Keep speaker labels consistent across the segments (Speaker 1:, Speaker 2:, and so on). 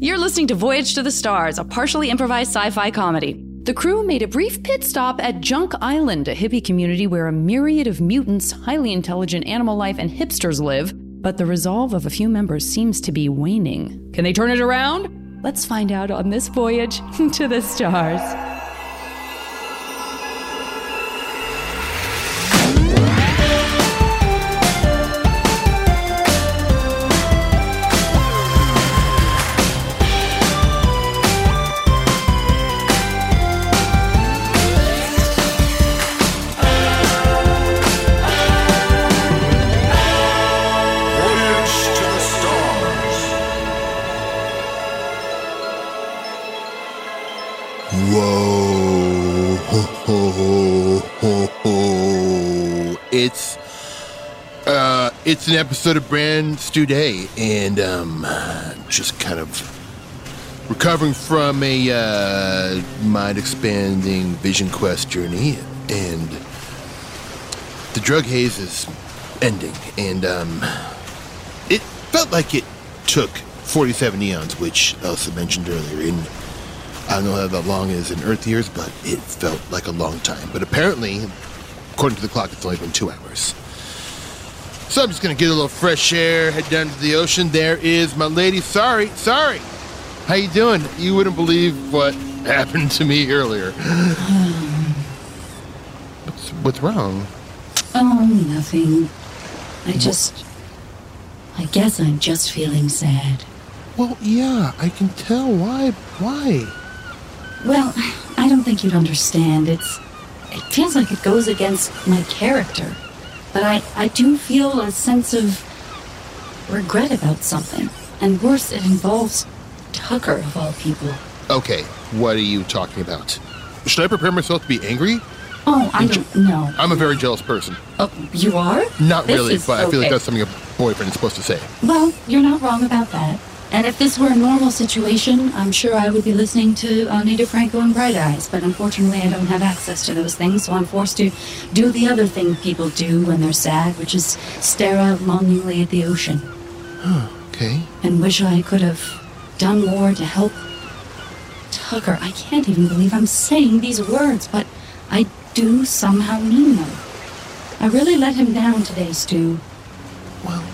Speaker 1: You're listening to Voyage to the Stars, a partially improvised sci fi comedy. The crew made a brief pit stop at Junk Island, a hippie community where a myriad of mutants, highly intelligent animal life, and hipsters live, but the resolve of a few members seems to be waning. Can they turn it around? Let's find out on this voyage to the stars.
Speaker 2: Voyage to the stars. Whoa. Ho, ho, ho, ho, ho. It's uh it's an episode of Brand Today and um just kind of recovering from a uh, mind expanding vision quest journey and the drug haze is ending and um it felt like it took 47 eons, which Elsa mentioned earlier. And I don't know how that long is in Earth years, but it felt like a long time. But apparently, according to the clock, it's only been two hours. So I'm just gonna get a little fresh air, head down to the ocean. There is my lady. Sorry, sorry. How you doing? You wouldn't believe what happened to me earlier. what's, what's wrong?
Speaker 3: Oh, nothing. I just. I guess I'm just feeling sad.
Speaker 2: Well, yeah, I can tell. Why? Why?
Speaker 3: Well, I don't think you'd understand. It's. It feels like it goes against my character. But I, I do feel a sense of regret about something. And worse, it involves Tucker, of all people.
Speaker 2: Okay, what are you talking about? Should I prepare myself to be angry?
Speaker 3: Oh, I don't know.
Speaker 2: I'm a very jealous person.
Speaker 3: Oh, you are?
Speaker 2: Not
Speaker 3: This
Speaker 2: really,
Speaker 3: is
Speaker 2: but I feel like
Speaker 3: okay.
Speaker 2: that's something a boyfriend is supposed to say.
Speaker 3: Well, you're not wrong about that. And if this were a normal situation, I'm sure I would be listening to Anita Franco and Bright Eyes. But unfortunately, I don't have access to those things, so I'm forced to do the other thing people do when they're sad, which is stare out longingly at the ocean.
Speaker 2: Okay.
Speaker 3: And wish I could have done more to help. Tucker, I can't even believe I'm saying these words, but I do somehow mean them. I really let him down today, Stu.
Speaker 2: Well,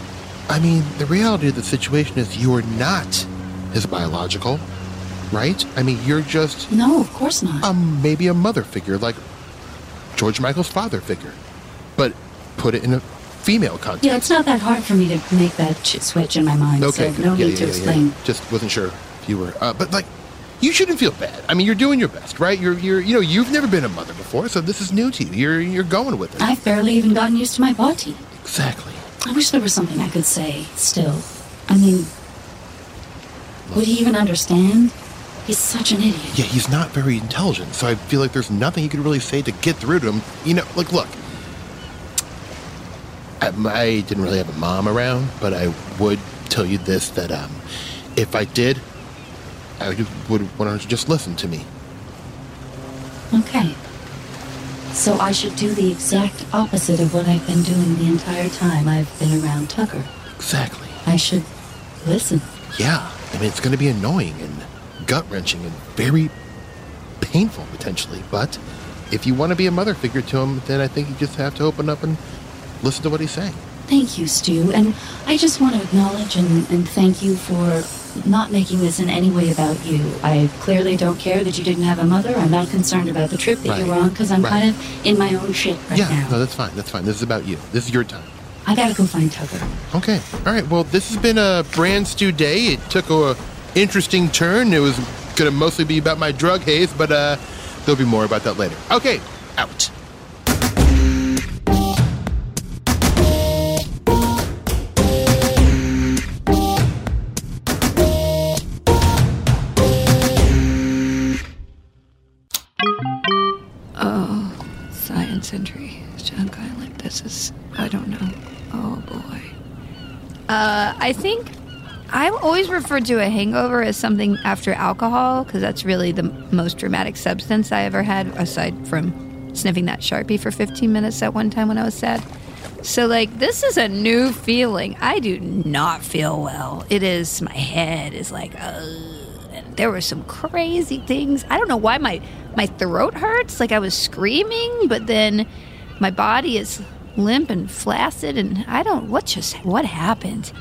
Speaker 2: I mean, the reality of the situation is you are not his biological, right? I mean, you're just
Speaker 3: No, of course not.
Speaker 2: um, maybe a mother figure, like George Michael's father figure, but put it in a female context.
Speaker 3: Yeah, it's not that hard for me to make that ch- switch in my mind,
Speaker 2: Okay.
Speaker 3: so no
Speaker 2: good. Yeah,
Speaker 3: need
Speaker 2: yeah,
Speaker 3: to
Speaker 2: yeah, yeah.
Speaker 3: explain.
Speaker 2: Just wasn't sure if you were. Uh, but like, you shouldn't feel bad. I mean, you're doing your best, right? You're, you're, you know, you've never been a mother before, so this is new to you. You're, you're going with it.
Speaker 3: I've barely even gotten used to my body.
Speaker 2: exactly.
Speaker 3: I wish there was something I could say still. I mean, would he even understand? He's such an idiot.
Speaker 2: Yeah, he's not very intelligent, so I feel like there's nothing you could really say to get through to him. You know, like, look. I, I didn't really have a mom around, but I would tell you this that um, if I did, I would- would want her to just listen to me.
Speaker 3: Okay. So I should do the exact opposite of what I've been doing the entire time I've been around Tucker.
Speaker 2: Exactly.
Speaker 3: I should listen.
Speaker 2: Yeah, I mean, it's going to be annoying and gut wrenching and very painful potentially. But if you want to be a mother figure to him, then I think you just have to open up and listen to what he's saying.
Speaker 3: Thank you, Stu. And I just want to acknowledge and, and thank you for not making this in any way about you. I clearly don't care that you didn't have a mother. I'm not concerned about the trip that you were
Speaker 2: Right.
Speaker 3: on because I'm
Speaker 2: Right.
Speaker 3: kind of in my own shit right
Speaker 2: yeah,
Speaker 3: now.
Speaker 2: no, that's fine. That's fine. This is about you. This is your time.
Speaker 3: I gotta go find Tucker.
Speaker 2: Okay. All right. Well, this has been a brand stew day. It took a interesting turn. It was going to mostly be about my drug haze, but uh, there'll be more about that later. Okay. Out.
Speaker 4: Science entry, Junk Island. This is, I don't know. Oh boy. Uh, I think I've always referred to a hangover as something after alcohol because that's really the most dramatic substance I ever had, aside from sniffing that Sharpie for 15 minutes at one time when I was sad.
Speaker 5: So, like, this is a new feeling. I do not feel well. It is, my head is like, ugh. And there were some crazy things. I don't know why my, my throat hurts. Like, I was screaming, but then my body is limp and flaccid, and I don't, what just, what happened?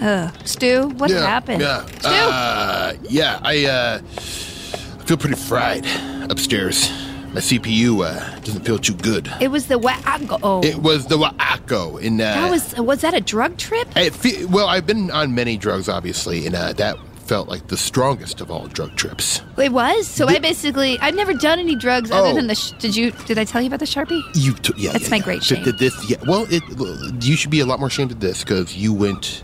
Speaker 5: Ugh. Stu, what
Speaker 2: yeah,
Speaker 5: happened?
Speaker 2: Yeah.
Speaker 5: Stu?
Speaker 2: Uh, yeah, I uh, feel pretty fried upstairs. My CPU uh, doesn't feel too good.
Speaker 5: it was the wa- I go- oh.
Speaker 2: It was the Wa'ako in uh,
Speaker 5: that was, was that a drug trip?
Speaker 2: It fe- well, I've been on many drugs, obviously, and uh, that felt like the strongest of all drug trips.
Speaker 5: It was. So I basically, I've never done any drugs other
Speaker 2: Oh.
Speaker 5: than the. Sh- did you? Did I tell you about the sharpie?
Speaker 2: You took, yeah,
Speaker 5: That's
Speaker 2: yeah,
Speaker 5: my
Speaker 2: yeah.
Speaker 5: great
Speaker 2: Th-
Speaker 5: shame.
Speaker 2: th- This, yeah, well, it, well, you should be a lot more ashamed of this because you went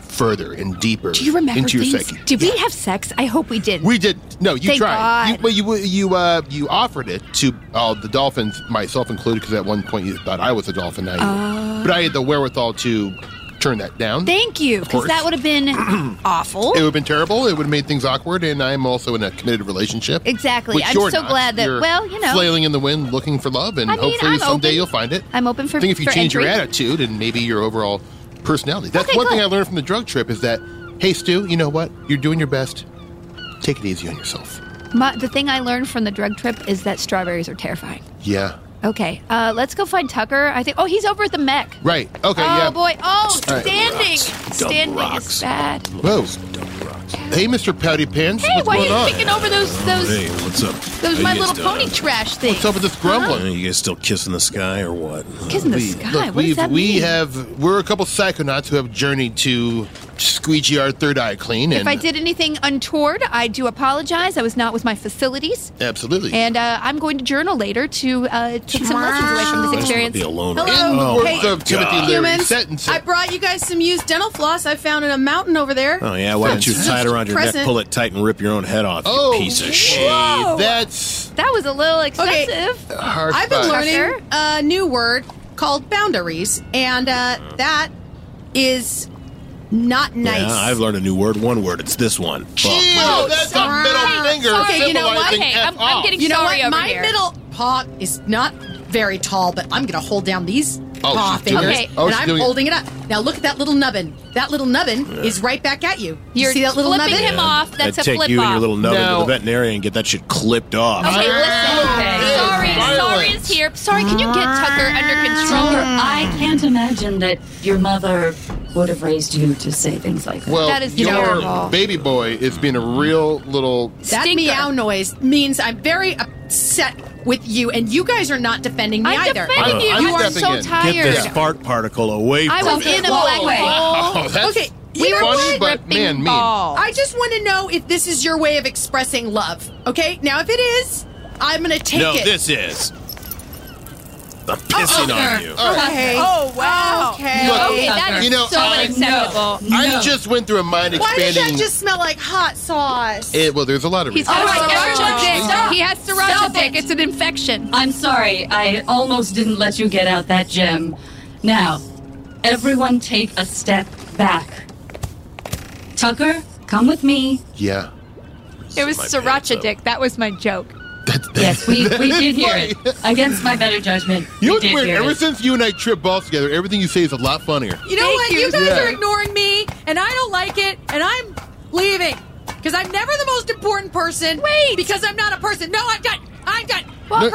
Speaker 2: further and deeper
Speaker 5: Do you remember
Speaker 2: into your
Speaker 5: things?
Speaker 2: psyche.
Speaker 5: Did we have sex? I hope we did.
Speaker 2: We did. No, you
Speaker 5: Thank
Speaker 2: tried.
Speaker 5: God.
Speaker 2: You, well, you you uh, you offered it to all the dolphins, myself included, because at one point you thought I was a dolphin. Now you,
Speaker 5: Oh.
Speaker 2: but I had the wherewithal to turn that down.
Speaker 5: Thank you, because
Speaker 2: course.
Speaker 5: that would have been awful.
Speaker 2: it would have been terrible. It would have made things awkward, and I'm also in a committed relationship.
Speaker 5: Exactly.
Speaker 2: which
Speaker 5: I'm
Speaker 2: you're
Speaker 5: so
Speaker 2: not.
Speaker 5: glad that-
Speaker 2: You're
Speaker 5: well, you know.
Speaker 2: flailing in the wind, looking for love, and
Speaker 5: I mean,
Speaker 2: hopefully
Speaker 5: I'm
Speaker 2: someday
Speaker 5: open-
Speaker 2: you'll find it.
Speaker 5: I'm open for-
Speaker 2: I think if you
Speaker 5: for
Speaker 2: change your
Speaker 5: entry.
Speaker 2: attitude and maybe your overall personality. That's
Speaker 5: Okay,
Speaker 2: one thing
Speaker 5: good.
Speaker 2: I learned from the drug trip is that, hey, Stu, you know what? You're doing your best. Take it easy on yourself.
Speaker 5: My, the thing I learned from the drug trip is that strawberries are terrifying.
Speaker 2: Yeah.
Speaker 5: Okay, uh, let's go find Tucker. I think. Oh, he's over at the mech.
Speaker 2: Right. Okay.
Speaker 5: oh
Speaker 2: yeah.
Speaker 5: boy. Oh,
Speaker 2: All right.
Speaker 5: standing.
Speaker 6: Dump
Speaker 5: Standing
Speaker 6: rocks.
Speaker 5: is bad.
Speaker 2: Whoa.
Speaker 6: Dump rocks.
Speaker 2: Hey, Mr. Pouty Pants.
Speaker 5: Hey,
Speaker 2: what's
Speaker 5: why are
Speaker 2: going
Speaker 5: you
Speaker 2: on?
Speaker 5: picking over those those
Speaker 6: Hey, what's up?
Speaker 5: those
Speaker 6: How
Speaker 5: My
Speaker 6: you guys
Speaker 5: Little
Speaker 6: doing?
Speaker 5: Pony trash things?
Speaker 2: what's up with this grumbling?
Speaker 6: Uh, you guys still kissing the sky or what?
Speaker 5: Kiss in the
Speaker 2: We-
Speaker 5: sky.
Speaker 2: Look,
Speaker 5: what
Speaker 2: we've,
Speaker 5: does that
Speaker 2: we
Speaker 5: mean?
Speaker 2: have we're a couple psychonauts who have journeyed to squeegee our third eye clean. And
Speaker 5: If I did anything untoward, I do apologize. I was not with my facilities.
Speaker 2: absolutely.
Speaker 5: And uh, I'm going to journal later to uh, take some lessons away from
Speaker 6: I
Speaker 2: Ah.
Speaker 5: this
Speaker 6: just wanna
Speaker 5: experience.
Speaker 6: be alone
Speaker 7: Hello?
Speaker 6: right
Speaker 2: in the
Speaker 6: now.
Speaker 7: Oh,
Speaker 2: words
Speaker 7: hey,
Speaker 2: of Timothy
Speaker 6: God.
Speaker 2: Leary,
Speaker 7: humans.
Speaker 2: sentence.
Speaker 7: I brought you guys some used dental floss I found in a mountain over there.
Speaker 6: Oh yeah, why don't you tie it around your neck,
Speaker 7: Present.
Speaker 6: pull it tight, and rip your own head off? You
Speaker 2: Oh,
Speaker 6: piece of
Speaker 2: hey,
Speaker 6: shit.
Speaker 2: That's
Speaker 5: That was a little
Speaker 7: Okay.
Speaker 5: excessive.
Speaker 2: hard.
Speaker 7: I've been
Speaker 2: five.
Speaker 7: learning
Speaker 5: Tucker?
Speaker 7: a new word called boundaries, and uh, that is not nice.
Speaker 6: Yeah, I've learned a new word. One word. It's this one.
Speaker 2: Ew,
Speaker 6: Fuck.
Speaker 2: that's a
Speaker 7: sorry.
Speaker 2: middle finger
Speaker 7: Okay, you know what?
Speaker 2: symbolizing
Speaker 5: Hey, I'm-
Speaker 2: F
Speaker 5: I'm
Speaker 2: off.
Speaker 5: getting-
Speaker 7: you know
Speaker 5: Sorry
Speaker 7: what?
Speaker 5: over
Speaker 7: My
Speaker 5: here.
Speaker 7: middle paw is not very tall, but I'm going to hold down these
Speaker 2: Oh,
Speaker 7: paw
Speaker 2: she's doing
Speaker 7: fingers,
Speaker 5: it. Okay.
Speaker 2: Oh,
Speaker 7: and
Speaker 2: she's
Speaker 7: I'm
Speaker 2: doing it.
Speaker 7: holding it. up. Now look at that little nubbin. That little nubbin is right back at you. You
Speaker 5: You're
Speaker 7: see that little
Speaker 5: flipping
Speaker 7: nubbin?
Speaker 5: him off. That's
Speaker 6: I'd
Speaker 5: a
Speaker 6: take
Speaker 5: flip
Speaker 6: you
Speaker 5: off.
Speaker 6: and your little nubbin
Speaker 2: No.
Speaker 6: to the veterinarian and get that shit clipped off.
Speaker 5: Okay, listen. Sorry, sorry
Speaker 2: violence.
Speaker 5: is here. Sorry, can you get Tucker under
Speaker 3: Tucker,
Speaker 5: control?
Speaker 3: I can't imagine that your mother would have raised you to say things like that.
Speaker 2: Well,
Speaker 5: That is
Speaker 2: your
Speaker 5: terrible.
Speaker 2: baby boy is being a real little.
Speaker 7: That
Speaker 5: Stinker.
Speaker 7: meow noise means I'm very upset with you, and you guys are not defending me
Speaker 5: I'm
Speaker 7: either.
Speaker 5: defending
Speaker 2: I'm-
Speaker 5: you.
Speaker 2: I'm
Speaker 5: you are
Speaker 2: stepping
Speaker 5: so
Speaker 2: in. Get
Speaker 6: Get this
Speaker 5: tired.
Speaker 6: fart particle away
Speaker 5: I
Speaker 6: from
Speaker 5: was
Speaker 6: me.
Speaker 5: in a black hole.
Speaker 2: Oh, that's
Speaker 7: Okay,
Speaker 2: we
Speaker 7: you know
Speaker 2: funny,
Speaker 7: what?
Speaker 2: but man, mean.
Speaker 7: I just want to know if this is your way of expressing love. Okay, now if it is, I'm gonna take
Speaker 6: no,
Speaker 7: it.
Speaker 6: this is. I'm pissing on you.
Speaker 7: okay. Oh wow. Okay.
Speaker 2: Look,
Speaker 5: Okay, that is
Speaker 2: You know,
Speaker 5: so
Speaker 2: I-
Speaker 5: unacceptable.
Speaker 2: I just went through a mind
Speaker 7: Why does
Speaker 2: expanding.
Speaker 7: that just smell like hot sauce?
Speaker 2: Eh, well, there's a lot of
Speaker 5: He's
Speaker 2: reasons.
Speaker 5: got
Speaker 3: All right,
Speaker 5: sriracha
Speaker 3: stop.
Speaker 5: dick.
Speaker 3: Stop.
Speaker 5: He has sriracha
Speaker 3: Stop
Speaker 5: dick.
Speaker 3: it.
Speaker 5: It's an infection.
Speaker 3: I'm sorry, I almost didn't let you get out that gem. Now, everyone take a step back. Tucker, come with me.
Speaker 2: Yeah.
Speaker 5: It was
Speaker 6: my pants
Speaker 5: sriracha
Speaker 6: up.
Speaker 5: dick. That was my joke.
Speaker 3: Yes, we, we did hear it. Against my better judgment,
Speaker 2: You know
Speaker 3: we
Speaker 2: what's
Speaker 3: did
Speaker 2: weird?
Speaker 3: hear
Speaker 2: Ever
Speaker 3: it.
Speaker 2: since you and I trip balls together, everything you say is a lot funnier.
Speaker 7: You know
Speaker 5: Thank
Speaker 7: what?
Speaker 5: you.
Speaker 7: You, guys
Speaker 2: Yeah.
Speaker 7: are ignoring me, and I don't like it, and I'm leaving because I'm never the most important person. Wait, because I'm not a person. No, I'm done. I'm done.
Speaker 2: Look-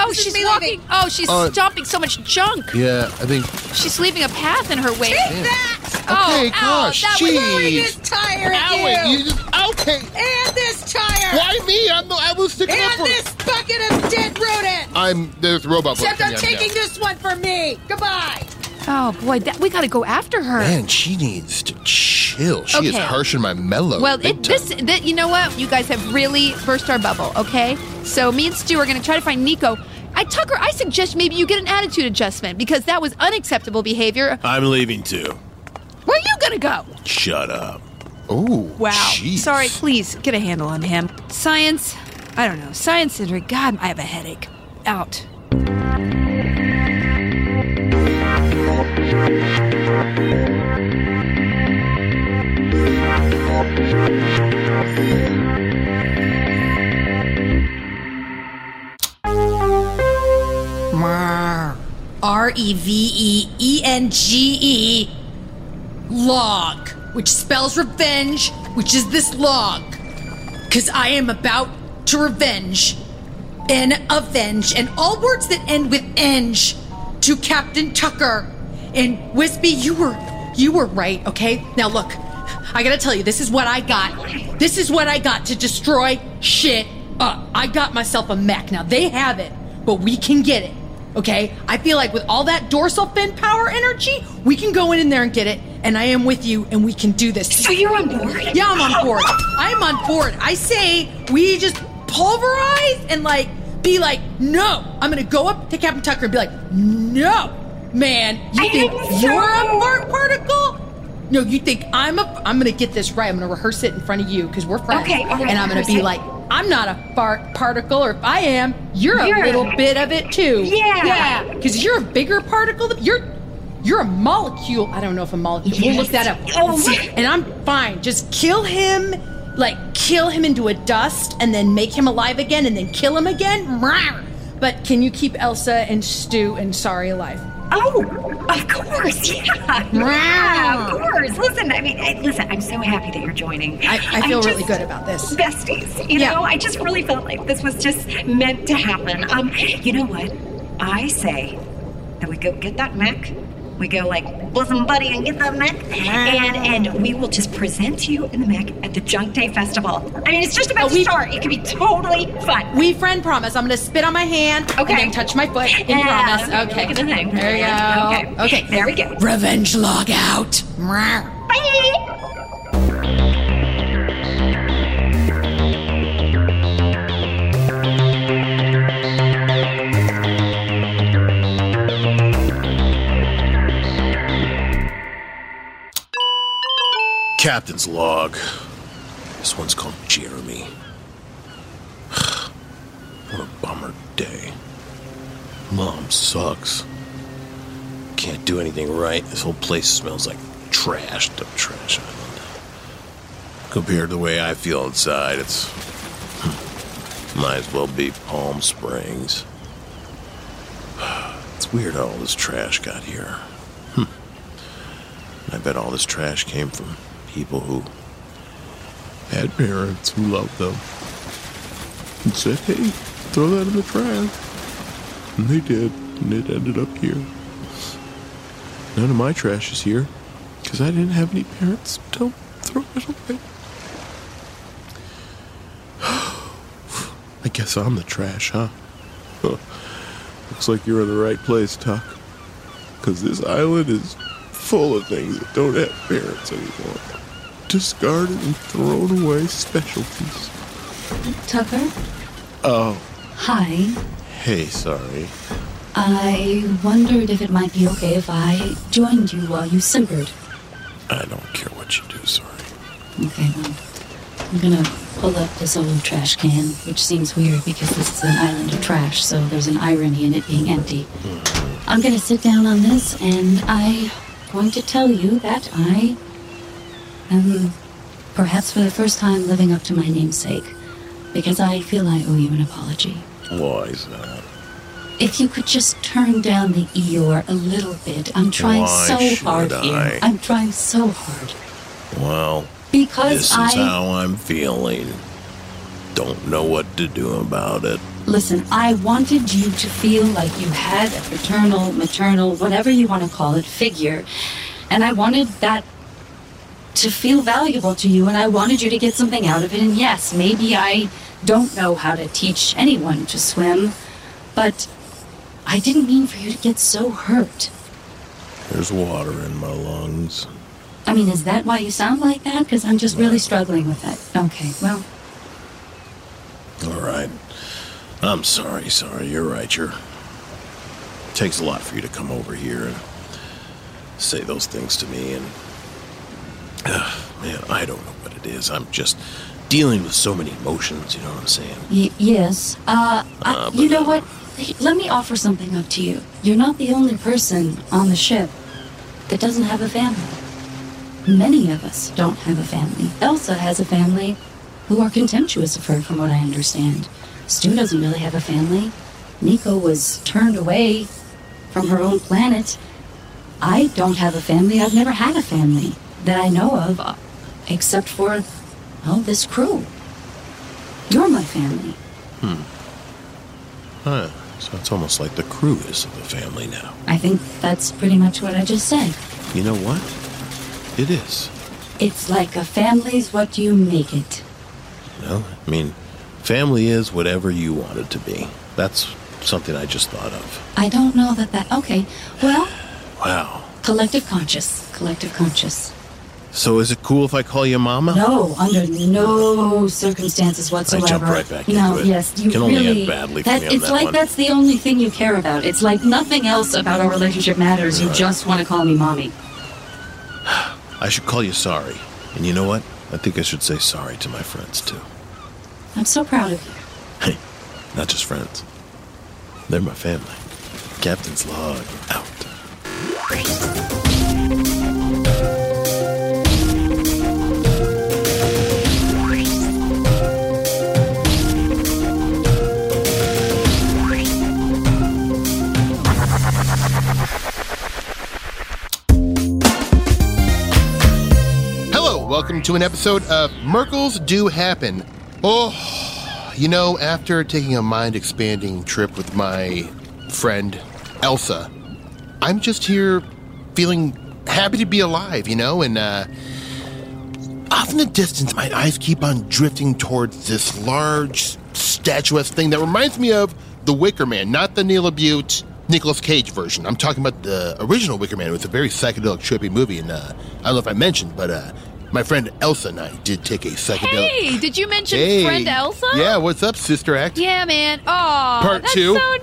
Speaker 5: Oh,
Speaker 7: This is
Speaker 5: she's
Speaker 7: me
Speaker 5: walking.
Speaker 7: leaving.
Speaker 5: Oh, she's
Speaker 2: Uh,
Speaker 5: stomping so much junk.
Speaker 2: Yeah, I think.
Speaker 5: She's leaving a path in her wake.
Speaker 7: Take that.
Speaker 5: Oh,
Speaker 2: Okay,
Speaker 5: ow,
Speaker 2: gosh,
Speaker 5: that was-
Speaker 7: Blowing
Speaker 2: jeez.
Speaker 7: this tire at
Speaker 2: Ow,
Speaker 7: you.
Speaker 2: you just, okay.
Speaker 7: and this tire,
Speaker 2: Why me? I'm the, I was sticking up
Speaker 7: and
Speaker 2: for.
Speaker 7: this bucket of dead rodent.
Speaker 2: I'm there's a robot.
Speaker 7: Except
Speaker 2: looking
Speaker 7: I'm
Speaker 2: at me now.
Speaker 7: taking this one for me. Goodbye.
Speaker 5: Oh boy, that, we got to go after her.
Speaker 2: Man, she needs to chill. She is
Speaker 5: Okay.
Speaker 2: harsh and my mellow.
Speaker 5: Well,
Speaker 2: big
Speaker 5: it,
Speaker 2: time.
Speaker 5: this, th you know what? You guys have really burst our bubble, okay? So me and Stu are going to try to find Nico. I Tucker, I suggest maybe you get an attitude adjustment because that was unacceptable behavior.
Speaker 6: I'm leaving too.
Speaker 5: Where are you going to go?
Speaker 6: Shut up.
Speaker 2: Oh,
Speaker 5: Wow.
Speaker 2: jeez.
Speaker 5: Sorry, please get a handle on him. Science, I don't know. Science Center, God, I have a headache. Out.
Speaker 7: Are
Speaker 8: R E V E E N G E
Speaker 7: log, which spells revenge, which is this log. Because I am about to revenge and avenge and all words that end with enge to Captain Tucker. And Wispy, you were you were right, okay? Now look, I gotta tell you, this is what I got. This is what I got to destroy shit up. I got myself a mech. Now they have it, but we can get it. Okay? I feel like with all that dorsal fin power energy, we can go in there and get it. And I am with you, and we can do this.
Speaker 3: So you're on board?
Speaker 7: Yeah, I'm on board. I'm on board. I say we just pulverize and like be like, no. I'm gonna go up to Captain Tucker and be like, no, man, you
Speaker 3: I
Speaker 7: think
Speaker 3: didn't
Speaker 7: you're
Speaker 3: know."
Speaker 7: a Mark particle? No, you think I'm a? I'm gonna get this right. I'm gonna rehearse it in front of you because we're friends.
Speaker 3: Okay, all right,
Speaker 7: and I'm gonna be
Speaker 3: rehearse it.
Speaker 7: like, I'm not a fart particle, or if I am, you're,
Speaker 3: You're
Speaker 7: a
Speaker 3: a-
Speaker 7: little bit of it too.
Speaker 3: Yeah.
Speaker 7: yeah, because you're a bigger particle. Than, you're you're a molecule. I don't know if a molecule. We'll look that up.
Speaker 3: Oh, my-
Speaker 7: And I'm fine. Just kill him, like kill him into a dust, and then make him alive again, and then kill him again. Rawr. But can you keep Elsa and Stu and Sorry alive?
Speaker 3: Oh, of course, yeah. Yeah, of course. Listen, I mean, I, listen, I'm so happy that you're joining.
Speaker 7: I, I feel really
Speaker 3: just-
Speaker 7: good about this.
Speaker 3: Besties, you
Speaker 7: Yeah.
Speaker 3: know, I just really felt like this was just meant to happen. Um, you know what? I say that we go get that Mac. We go like bosom buddy and get that Mac, and and we will just present you in the Mac at the Junk Day Festival. I mean, it's just about
Speaker 7: Oh,
Speaker 3: to
Speaker 7: we-
Speaker 3: start. It could be totally fun.
Speaker 7: We friend promise. I'm gonna spit on my hand
Speaker 3: Okay.
Speaker 7: and then touch my foot and
Speaker 3: Yeah,
Speaker 7: promise.
Speaker 3: look
Speaker 7: Okay.
Speaker 3: at the thing.
Speaker 7: There you go.
Speaker 3: Okay.
Speaker 7: Okay.
Speaker 3: There we go.
Speaker 7: Revenge log out. Rawr.
Speaker 3: Bye.
Speaker 6: Captain's log. This one's called Jeremy. what a bummer day. Mom sucks. Can't do anything right. This whole place smells like trash, the trash island. Compared to the way I feel inside, it's. hmm, Might as well be Palm Springs. It's weird how all this trash got here. Hmm. I bet all this trash came from people who had parents who loved them and said, hey, throw that in the trash. And they did, and it ended up here. None of my trash is here because I didn't have any parents to throw it away. I guess I'm the trash, huh? Huh. Looks like you're in the right place, Tuck because this island is full of things that don't have parents anymore. Discarded and thrown away specialties.
Speaker 3: Tucker? Oh. Hi.
Speaker 6: Hey, sorry.
Speaker 3: I wondered if it might be okay if I joined you while you simpered.
Speaker 6: I don't care what you do, sorry.
Speaker 3: Okay, well, I'm gonna pull up this old trash can, which seems weird because this is an island of trash, so there's an irony in it being empty.
Speaker 6: Hmm.
Speaker 3: I'm gonna sit down on this, and I want to tell you that I am, perhaps for the first time, living up to my namesake, because I feel I owe you an apology.
Speaker 6: Why is that?
Speaker 3: If you could just turn down the Eeyore a little bit. I'm trying
Speaker 6: Why should
Speaker 3: so hard
Speaker 6: I?
Speaker 3: here. I'm trying so hard.
Speaker 6: Well,
Speaker 3: Because
Speaker 6: this is
Speaker 3: I.
Speaker 6: how I'm feeling. Don't know what to do about it.
Speaker 3: Listen, I wanted you to feel like you had a paternal, maternal, whatever you want to call it, figure. And I wanted that to feel valuable to you, and I wanted you to get something out of it. And yes, maybe I don't know how to teach anyone to swim, but I didn't mean for you to get so hurt.
Speaker 6: There's water in my lungs.
Speaker 3: I mean, is that why you sound like that? Because I'm just really struggling with that. Okay, well,
Speaker 6: All right. I'm sorry, sorry. You're right. You're. Takes a lot for you to come over here and say those things to me, and Ugh, man, I don't know what it is. I'm just dealing with so many emotions. You know what I'm saying?
Speaker 3: y- yes. Uh,
Speaker 6: Uh,
Speaker 3: I,
Speaker 6: but-
Speaker 3: you know what? Let me offer something up to you. You're not the only person on the ship that doesn't have a family. Many of us don't have a family. Elsa has a family who are contemptuous of her, from what I understand. Stu doesn't really have a family. Nico was turned away from her own planet. I don't have a family. I've never had a family that I know of, uh, except for, well, this crew. You're my family.
Speaker 6: Huh. So it's almost like the crew is the family now.
Speaker 3: I think that's pretty much what I just said.
Speaker 6: You know what? It is.
Speaker 3: It's like a family's what you make it.
Speaker 6: Well, I mean, family is whatever you want it to be. That's something I just thought of.
Speaker 3: I don't know that that. Okay, well,
Speaker 6: Wow.
Speaker 3: collective conscious. Collective conscious.
Speaker 6: So is it cool if I call you Mama?
Speaker 3: No, under no circumstances whatsoever.
Speaker 6: right back
Speaker 3: No,
Speaker 6: into it.
Speaker 3: yes, you
Speaker 6: Can only
Speaker 3: really
Speaker 6: end badly for
Speaker 3: that-
Speaker 6: me on
Speaker 3: It's
Speaker 6: that
Speaker 3: like
Speaker 6: one.
Speaker 3: that's the only thing you care about. It's like nothing else about our relationship matters. You just want to call me mommy.
Speaker 6: I should call you sorry. And you know what? I think I should say sorry to my friends too.
Speaker 3: I'm so proud of you.
Speaker 6: Hey, not just friends. They're my family. Captain's log out.
Speaker 2: Hello, welcome to an episode of Merkles Do Happen. Oh, you know, after taking a mind expanding trip with my friend Elsa, I'm just here feeling happy to be alive, you know, and uh, off in the distance, my eyes keep on drifting towards this large, statuesque thing that reminds me of The Wicker Man, not the Neil Butte, Nicolas Cage version. I'm talking about the original Wicker Man. It was a very psychedelic, trippy movie, and uh, I don't know if I mentioned, but uh, my friend Elsa and I did take a psychedelic.
Speaker 5: Hey, did you mention
Speaker 2: Hey.
Speaker 5: friend Elsa?
Speaker 2: Yeah, what's up, Sister Act?
Speaker 5: Yeah, man. Oh,
Speaker 2: Part
Speaker 5: that's
Speaker 2: two.
Speaker 5: so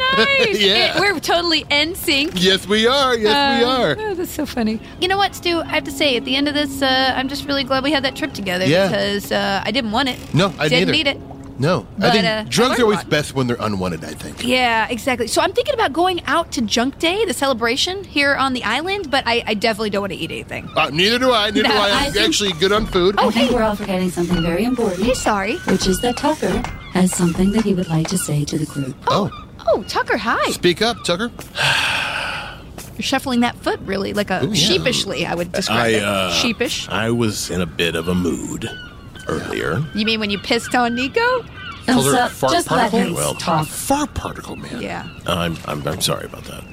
Speaker 5: nice.
Speaker 2: Yeah.
Speaker 5: we're totally in sync. Um,
Speaker 2: Yes, we are. Yes, we are.
Speaker 9: Oh, that's so funny.
Speaker 5: You know what, Stu? I have to say, at the end of this, uh, I'm just really glad we had that trip together
Speaker 2: Yeah.
Speaker 5: because uh, I didn't want it.
Speaker 2: No, I neither.
Speaker 5: didn't need it.
Speaker 2: No, I
Speaker 5: But,
Speaker 2: think
Speaker 5: uh,
Speaker 2: drugs
Speaker 5: I
Speaker 2: are always
Speaker 5: learned a lot.
Speaker 2: best when they're unwanted. I think.
Speaker 5: Yeah, exactly. So I'm thinking about going out to Junk Day, the celebration here on the island, but I, I definitely don't want to eat anything.
Speaker 2: Uh, neither do I. Neither do I.
Speaker 3: I
Speaker 2: I'm
Speaker 3: think-
Speaker 2: actually good on food.
Speaker 5: Oh,
Speaker 3: I think we're all forgetting something very
Speaker 5: Hey,
Speaker 3: important,
Speaker 5: sorry.
Speaker 3: which is that Tucker has something that he would like to say to the group.
Speaker 2: Oh,
Speaker 5: Oh, Tucker, hi.
Speaker 2: speak up, Tucker.
Speaker 5: You're shuffling that foot really like a
Speaker 2: Ooh, yeah.
Speaker 5: sheepishly, I would describe
Speaker 6: I,
Speaker 5: it.
Speaker 6: uh,
Speaker 5: Sheepish.
Speaker 6: I was in a bit of a mood earlier.
Speaker 5: You mean when you pissed on Nico?
Speaker 2: Called her
Speaker 3: Elsa,
Speaker 2: fart
Speaker 3: just let
Speaker 2: particle?
Speaker 3: him
Speaker 6: Well,
Speaker 3: talk.
Speaker 2: Far particle man.
Speaker 5: Yeah.
Speaker 6: I'm, I'm, I'm sorry about that.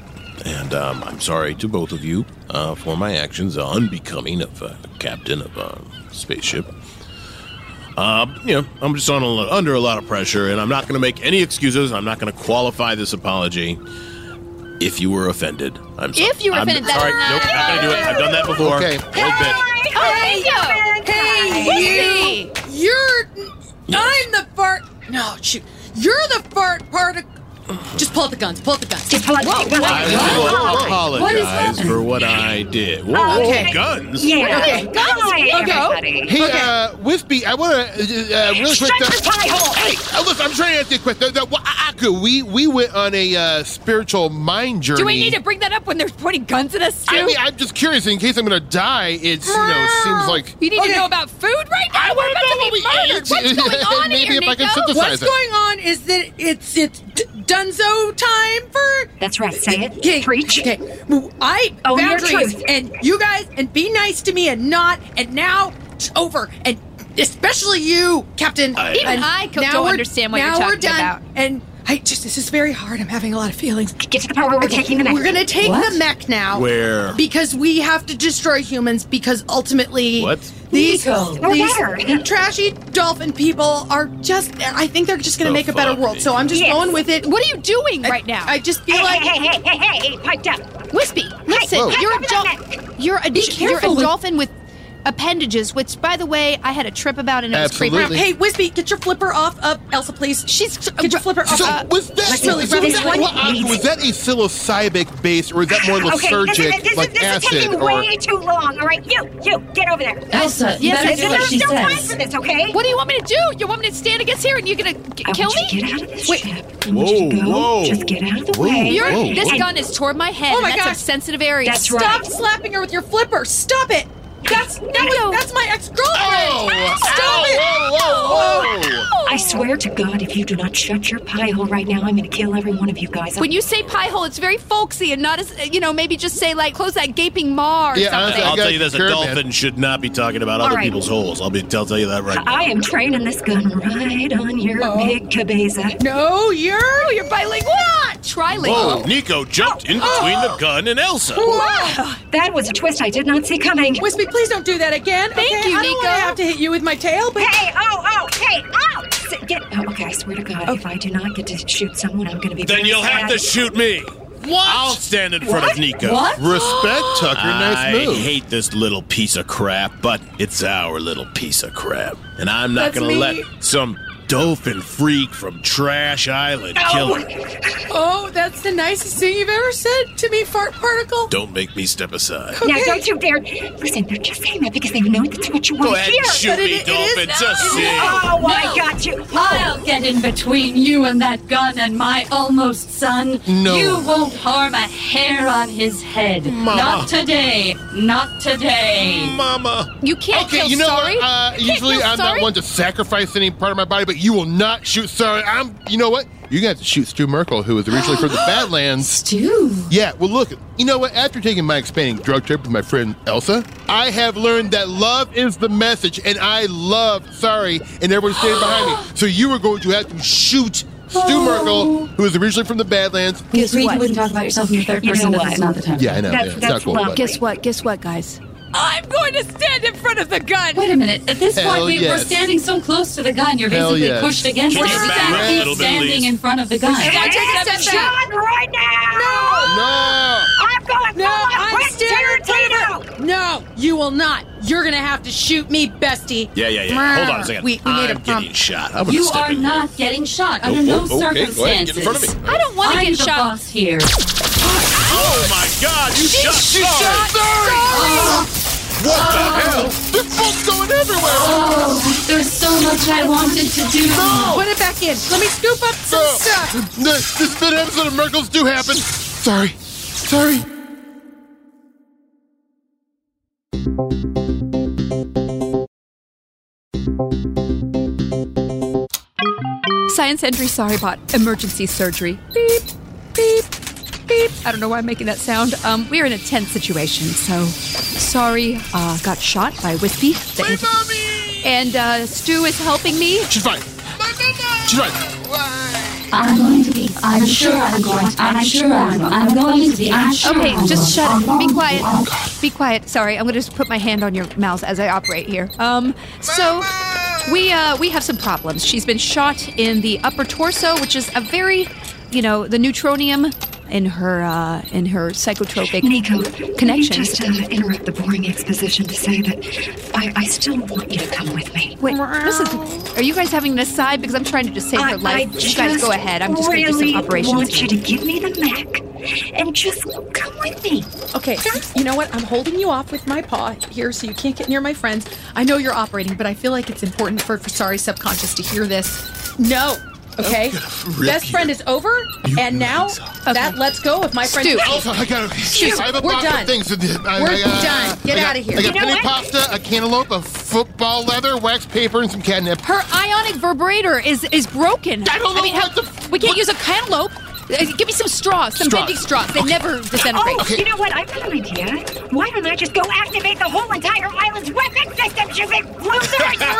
Speaker 6: And um, I'm sorry to both of you uh, for my actions, uh, unbecoming of uh, captain of a spaceship. Uh, you know, I'm just on a, lo- under a lot of pressure, and I'm not going to make any excuses. I'm not going to qualify this apology. If you were offended, I'm sorry.
Speaker 5: If you were
Speaker 6: I'm-
Speaker 5: offended, that's
Speaker 6: sorry,
Speaker 5: not-
Speaker 6: nope, not going to do it. I've done that before.
Speaker 2: Okay.
Speaker 6: Old bit.
Speaker 5: Oh, Nico!
Speaker 7: Hey,
Speaker 5: Hey!
Speaker 7: you! You're. I'm the fart. No, shoot. You're the fart particle. Just pull out the guns. Pull out the guns. Just pull out the guns.
Speaker 6: I will apologize for what I did. Whoa,
Speaker 5: Oh.
Speaker 6: whoa,
Speaker 7: Okay.
Speaker 6: guns.
Speaker 10: Yeah.
Speaker 7: Okay,
Speaker 10: Hi,
Speaker 7: go.
Speaker 10: everybody.
Speaker 2: Hey, uh, Wispy, I want to uh, uh, really quick.
Speaker 10: Shut your pie hole.
Speaker 2: Hey, uh, listen, I'm trying to ask you a question. Uh, The, the, Aku, we we went on a uh, spiritual mind journey.
Speaker 5: Do we need to bring that up when they're pointing guns at us, too?
Speaker 2: I mean, I'm just curious. In case I'm going to die, it's you know seems like
Speaker 5: you need
Speaker 7: Okay.
Speaker 5: to know about food right now?
Speaker 2: I
Speaker 5: We're
Speaker 2: wanna
Speaker 5: about
Speaker 2: know
Speaker 5: to
Speaker 2: what
Speaker 5: be
Speaker 2: we
Speaker 5: murdered!
Speaker 2: ate.
Speaker 5: What's going on in
Speaker 2: Maybe
Speaker 5: here,
Speaker 2: if I
Speaker 5: Nico?
Speaker 2: can synthesize-
Speaker 7: Oh, What's
Speaker 2: Size it.
Speaker 7: going on is that it's it's d- Dunzo time for.
Speaker 10: That's right. Say it.
Speaker 7: Okay,
Speaker 10: Preach.
Speaker 7: Okay. Well, I
Speaker 10: Own your
Speaker 7: boundaries
Speaker 10: truth.
Speaker 7: and you guys and be nice to me and not and now it's over and especially you, Captain.
Speaker 6: I- Even
Speaker 7: And
Speaker 5: I don't
Speaker 7: now we're-
Speaker 5: understand what you're
Speaker 7: now we're
Speaker 5: talking
Speaker 7: done.
Speaker 5: about.
Speaker 7: And I just this is very hard. I'm having a lot of feelings.
Speaker 10: Get to the part where we're taking the next.
Speaker 7: We're gonna take
Speaker 3: What?
Speaker 7: the mech now.
Speaker 6: Where?
Speaker 7: Because we have to destroy humans because ultimately
Speaker 6: What?
Speaker 7: these,
Speaker 3: Nico.
Speaker 10: We're
Speaker 7: these
Speaker 10: better.
Speaker 7: trashy dolphin people are just I think they're just gonna
Speaker 6: Oh,
Speaker 7: make a better
Speaker 6: fuck
Speaker 7: world.
Speaker 6: me.
Speaker 7: So I'm just
Speaker 10: Yes.
Speaker 7: going with it.
Speaker 5: What are you doing right now?
Speaker 7: I just feel
Speaker 10: Hey,
Speaker 7: like
Speaker 10: hey, hey, hey, hey, hey, piped up.
Speaker 5: Wispy, listen,
Speaker 2: Whoa.
Speaker 5: you're a
Speaker 10: Come
Speaker 5: dolphin. You're a you're a
Speaker 3: careful with-
Speaker 5: dolphin with appendages, which, by the way, I had a trip about and it was creepy.
Speaker 2: Absolutely.
Speaker 7: Hey, Wispy, get your flipper off up, Elsa, please.
Speaker 5: She's
Speaker 7: Get your flipper off.
Speaker 2: So
Speaker 10: uh,
Speaker 7: up.
Speaker 2: was that
Speaker 7: Let's really
Speaker 2: so
Speaker 7: wrap
Speaker 2: was
Speaker 7: it
Speaker 2: that,
Speaker 7: up.
Speaker 2: what, Aku, was that a psilocybic base or is that more lysergic
Speaker 10: okay, this is, this,
Speaker 2: like
Speaker 10: is, this
Speaker 2: acid
Speaker 10: is taking
Speaker 2: or
Speaker 10: way too long. All right, you, you, get over there.
Speaker 3: Elsa, you
Speaker 5: Yes,
Speaker 3: better
Speaker 5: I
Speaker 3: do
Speaker 5: did.
Speaker 3: what she
Speaker 10: There's no time for
Speaker 3: says.
Speaker 10: this, okay?
Speaker 5: What do you want me to do? You want me to stand against here and you're gonna g-
Speaker 10: I
Speaker 5: kill
Speaker 10: want you to
Speaker 5: me?
Speaker 10: Get out of this
Speaker 5: Wait,
Speaker 10: ship. I want you to
Speaker 6: Whoa,
Speaker 10: go.
Speaker 6: whoa.
Speaker 10: Just get out of the
Speaker 2: Whoa,
Speaker 10: way.
Speaker 5: you're,
Speaker 2: Whoa,
Speaker 5: this
Speaker 2: whoa.
Speaker 5: gun is toward my head.
Speaker 7: Oh my
Speaker 5: and that's
Speaker 7: gosh.
Speaker 5: a sensitive area.
Speaker 10: That's
Speaker 5: Stop.
Speaker 7: Stop
Speaker 10: right.
Speaker 7: slapping her with your flipper. Stop it. That's that was, that's my ex girlfriend.
Speaker 2: Oh! Ow,
Speaker 7: Stop it.
Speaker 2: Whoa, whoa, whoa.
Speaker 10: I
Speaker 3: swear to God, if you do not shut your pie hole right now, I'm going to kill every one of you guys.
Speaker 5: When you say pie hole, it's very folksy and not as you know. Maybe just say like, close that gaping maw or
Speaker 2: Yeah,
Speaker 5: something.
Speaker 2: honestly, I
Speaker 6: I'll
Speaker 2: got
Speaker 6: tell you this: a
Speaker 2: sure, man.
Speaker 6: dolphin should not be talking about
Speaker 3: All
Speaker 6: other
Speaker 3: right.
Speaker 6: people's holes. I'll be. I'll tell you that right. now.
Speaker 3: I am training this gun right on your big cabeza.
Speaker 7: No, you're.
Speaker 5: oh, you're bilingual. Ah,
Speaker 6: Whoa!
Speaker 5: Trilingual.
Speaker 6: Nico jumped in
Speaker 7: Oh.
Speaker 6: between the gun and Elsa.
Speaker 3: That was a twist I did not see coming.
Speaker 7: Wispy, please don't do that again.
Speaker 5: Thank
Speaker 7: okay?
Speaker 5: you,
Speaker 7: I don't
Speaker 5: Nico.
Speaker 7: wanna have to hit you with my tail, but
Speaker 10: Hey, oh, oh, hey, oh!
Speaker 3: S- Get, oh, okay, I swear to God, if I do not get to shoot someone, I'm going to be.
Speaker 6: Then
Speaker 3: very
Speaker 6: you'll have
Speaker 3: sad.
Speaker 6: to shoot me. What? I'll stand in front of Nico.
Speaker 7: What?
Speaker 2: Respect, Tucker.
Speaker 6: I
Speaker 2: nice move.
Speaker 6: hate this little piece of crap, but it's our little piece of crap, and I'm not
Speaker 7: That's
Speaker 6: gonna
Speaker 7: me.
Speaker 6: let some dolphin freak from Trash Island kill her.
Speaker 7: oh, that's the nicest thing you've ever said to me, fart particle.
Speaker 6: Don't make me step aside.
Speaker 10: Now
Speaker 7: Okay.
Speaker 10: don't you dare.
Speaker 3: Listen, they're just saying that because they know that's what you want
Speaker 6: Go
Speaker 3: to
Speaker 6: ahead
Speaker 3: hear.
Speaker 6: and shoot
Speaker 7: but it-
Speaker 6: me,
Speaker 7: it is-
Speaker 6: dolphin.
Speaker 7: no,
Speaker 6: Just
Speaker 7: it
Speaker 6: see.
Speaker 7: is-
Speaker 10: Oh, I got you.
Speaker 3: I'll get in between you and that gun and my almost son.
Speaker 2: No.
Speaker 3: You won't harm a hair on his head. Not today. Eh, Not today.
Speaker 6: Mama.
Speaker 5: You can't
Speaker 2: Okay,
Speaker 5: kill
Speaker 2: you know
Speaker 5: sorry.
Speaker 2: what? Uh,
Speaker 5: You can't
Speaker 2: usually
Speaker 5: kill
Speaker 2: I'm
Speaker 5: sorry?
Speaker 2: not one to sacrifice any part of my body, but you will not shoot sorry. I'm. You know what? You're gonna have to shoot Stu Merkel, who was originally from the Badlands.
Speaker 3: Stu.
Speaker 2: Yeah, well, look, you know what? After taking my expanding drug trip with my friend Elsa, I have learned that love is the message, and I love sorry, and everyone's standing behind me. So you are going to have to shoot
Speaker 5: Oh.
Speaker 2: Stu Merkel, who is originally from the Badlands.
Speaker 3: Guess what? You wouldn't talk about yourself in the third
Speaker 10: You know
Speaker 3: person.
Speaker 10: what?
Speaker 3: That's not the time.
Speaker 2: Yeah, I know.
Speaker 10: That's-
Speaker 2: yeah, it's not
Speaker 10: that's
Speaker 2: cool.
Speaker 10: love.
Speaker 2: but-
Speaker 10: Guess
Speaker 5: what? Guess what, guys? I'm going to stand in front of the gun.
Speaker 3: Wait a minute. At this
Speaker 2: Hell
Speaker 3: point, we,
Speaker 2: yes.
Speaker 3: we're standing so close to the gun, you're
Speaker 2: Hell
Speaker 3: basically
Speaker 2: yes.
Speaker 3: pushed against
Speaker 6: Can
Speaker 3: it.
Speaker 6: you
Speaker 3: We're
Speaker 6: back up a little
Speaker 3: actually
Speaker 6: bit,
Speaker 3: standing
Speaker 6: Elise?
Speaker 3: in front of the gun.
Speaker 5: I take
Speaker 10: And
Speaker 5: a
Speaker 10: I'm
Speaker 5: step back?
Speaker 10: shot right now!
Speaker 2: No!
Speaker 10: I'm going
Speaker 7: No,
Speaker 10: full
Speaker 7: I'm
Speaker 10: Quentin
Speaker 7: staring
Speaker 10: Tarantino!
Speaker 7: No, you will not. You're gonna have to shoot me, bestie.
Speaker 6: Yeah, yeah, yeah. Hold on a
Speaker 7: Brr.
Speaker 6: second.
Speaker 7: We, we
Speaker 6: I'm
Speaker 7: need a pump.
Speaker 6: getting shot. I'm gonna
Speaker 3: You
Speaker 6: step
Speaker 3: are
Speaker 6: in.
Speaker 3: not getting shot under no
Speaker 2: Oh, okay,
Speaker 3: circumstances.
Speaker 2: go ahead and get in front of me.
Speaker 5: I don't want to
Speaker 3: I'm
Speaker 5: get
Speaker 3: the
Speaker 5: shot.
Speaker 3: boss here.
Speaker 6: Oh my God! You shot.
Speaker 2: You
Speaker 6: Sarge.
Speaker 2: shot sorry! What the
Speaker 5: Oh.
Speaker 2: hell? This bolt's going everywhere!
Speaker 3: Oh, there's so much I wanted to do.
Speaker 10: Oh.
Speaker 7: Put it back in. Let me scoop up some
Speaker 6: Oh.
Speaker 2: No.
Speaker 7: stuff.
Speaker 2: This, this has been an episode of Merkels Do Happen. Sorry. Sorry.
Speaker 5: Science entry sorry bot. Emergency surgery. Beep, beep, beep. I don't know why I'm making that sound. Um, we're in a tense situation, so sorry. Uh, got shot by Wispy. The
Speaker 6: Hey,
Speaker 5: ant-
Speaker 6: mommy.
Speaker 5: and uh, Stu is helping me.
Speaker 2: She's fine. She's fine.
Speaker 3: I'm going to be. I'm sure I'm going. To, I'm sure I'm. I'm going to be. I'm sure.
Speaker 5: Okay,
Speaker 3: I'm
Speaker 5: just
Speaker 3: going.
Speaker 5: shut it. Be quiet. Be quiet. Sorry, I'm gonna just put my hand on your mouth as I operate here. Um, so we uh we have some problems. She's been shot in the upper torso, which is a very, you know, the neutronium in her uh in her psychotropic
Speaker 3: Nico, let me
Speaker 5: connection.
Speaker 3: just uh, interrupt the boring exposition to say that I, I still want you to come with me.
Speaker 5: Wait, listen. Are you guys having an aside? Because I'm trying to just save
Speaker 3: I,
Speaker 5: her life.
Speaker 3: I
Speaker 5: you guys go ahead. I'm just
Speaker 3: really
Speaker 5: gonna do some operations.
Speaker 3: want you to give me the Mac and just come with me.
Speaker 7: Okay, you know what? I'm holding you off with my paw here so you can't get near my friends. I know you're operating, but I feel like it's important for, for sorry subconscious to hear this. No. Okay?
Speaker 2: rip
Speaker 7: Best friend
Speaker 2: you.
Speaker 7: is over, and now that lets go of my friend.
Speaker 5: Stu.
Speaker 2: Also, I got I have a
Speaker 7: We're
Speaker 2: box
Speaker 7: done.
Speaker 2: of things. To do. I,
Speaker 7: We're
Speaker 2: I got-
Speaker 7: done. Get
Speaker 2: I got-
Speaker 7: outta here.
Speaker 2: I got
Speaker 10: You know
Speaker 2: penny
Speaker 10: what?
Speaker 2: pasta, a cantaloupe, a football leather, wax paper, and some catnip.
Speaker 5: Her ionic vibrator is is broken.
Speaker 2: I don't know
Speaker 5: how-
Speaker 2: what the f-
Speaker 5: we can't
Speaker 2: what-
Speaker 5: use a cantaloupe. Uh, give me some straws, some
Speaker 2: Straws.
Speaker 5: bending straws. They never disintegrate.
Speaker 10: Oh,
Speaker 2: Okay.
Speaker 10: you know what? I've got an idea. Why don't I just go activate the whole entire island's weapon systems, you big loser?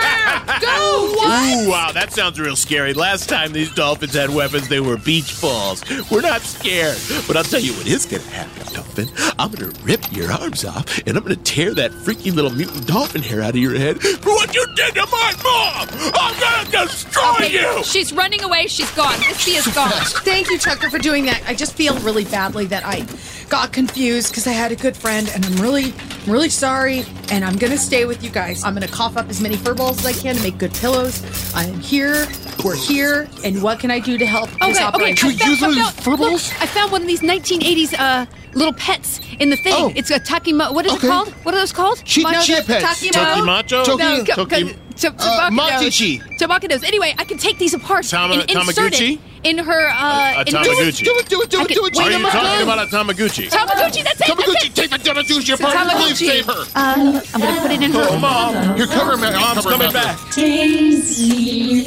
Speaker 7: Go!
Speaker 6: Ooh, wow, that sounds real scary. Last time these dolphins had weapons, they were beach balls. We're not scared. But I'll tell you what is going to happen, dolphin. I'm going to rip your arms off, and I'm going to tear that freaky little mutant dolphin hair out of your head for what you did to my mom! I'm going to destroy
Speaker 5: Okay,
Speaker 6: oh, you!
Speaker 5: She's running away. She's gone. This bee is gone.
Speaker 7: Thank you, Tucker, for doing that. I just feel really badly that I got confused because I had a good friend, and I'm really, I'm really sorry. And I'm gonna stay with you guys. I'm gonna cough up as many fur balls as I can to make good pillows. I am here. We're here. And what can I do to help this
Speaker 5: Oh, Okay, okay.
Speaker 7: operation?
Speaker 5: I found-
Speaker 2: use
Speaker 5: I
Speaker 2: one of these
Speaker 5: found-
Speaker 2: fur
Speaker 5: look,
Speaker 2: balls?
Speaker 5: I found one of these 1980s uh, little pets in the thing.
Speaker 2: Oh.
Speaker 5: It's a takimo. What is
Speaker 2: Okay.
Speaker 5: it called? What are those called?
Speaker 2: Cheap
Speaker 5: Mo-
Speaker 2: chia pets.
Speaker 5: Takimo.
Speaker 6: Takimacho?
Speaker 5: No,
Speaker 2: Toki-
Speaker 5: co- co-
Speaker 2: Toki-
Speaker 5: to-
Speaker 2: uh,
Speaker 5: tabakinos.
Speaker 2: Machichi.
Speaker 5: Tabakinos. Anyway, I can take these apart
Speaker 6: Tama-
Speaker 5: and insert
Speaker 6: Tamaguchi?
Speaker 5: it in her. Uh,
Speaker 6: A- a
Speaker 5: in-
Speaker 6: Tamaguchi.
Speaker 2: Do it, do it, do it, do
Speaker 5: I
Speaker 2: it,
Speaker 5: can-
Speaker 2: do it.
Speaker 5: wait,
Speaker 6: Are
Speaker 5: Wait,
Speaker 6: you
Speaker 5: I'm
Speaker 6: talking
Speaker 5: again.
Speaker 6: about a Tamaguchi?
Speaker 5: Tamaguchi. That's it. That's
Speaker 2: Tamaguchi,
Speaker 5: it.
Speaker 2: take the donut juice, your partner. Please
Speaker 5: Tamagucci.
Speaker 2: save her.
Speaker 5: Uh, I'm gonna put it in her.
Speaker 6: Oh, mom!
Speaker 2: Your cover ma-
Speaker 6: Mom's
Speaker 2: cover
Speaker 6: coming
Speaker 2: mouth.
Speaker 6: back.
Speaker 3: Daisy,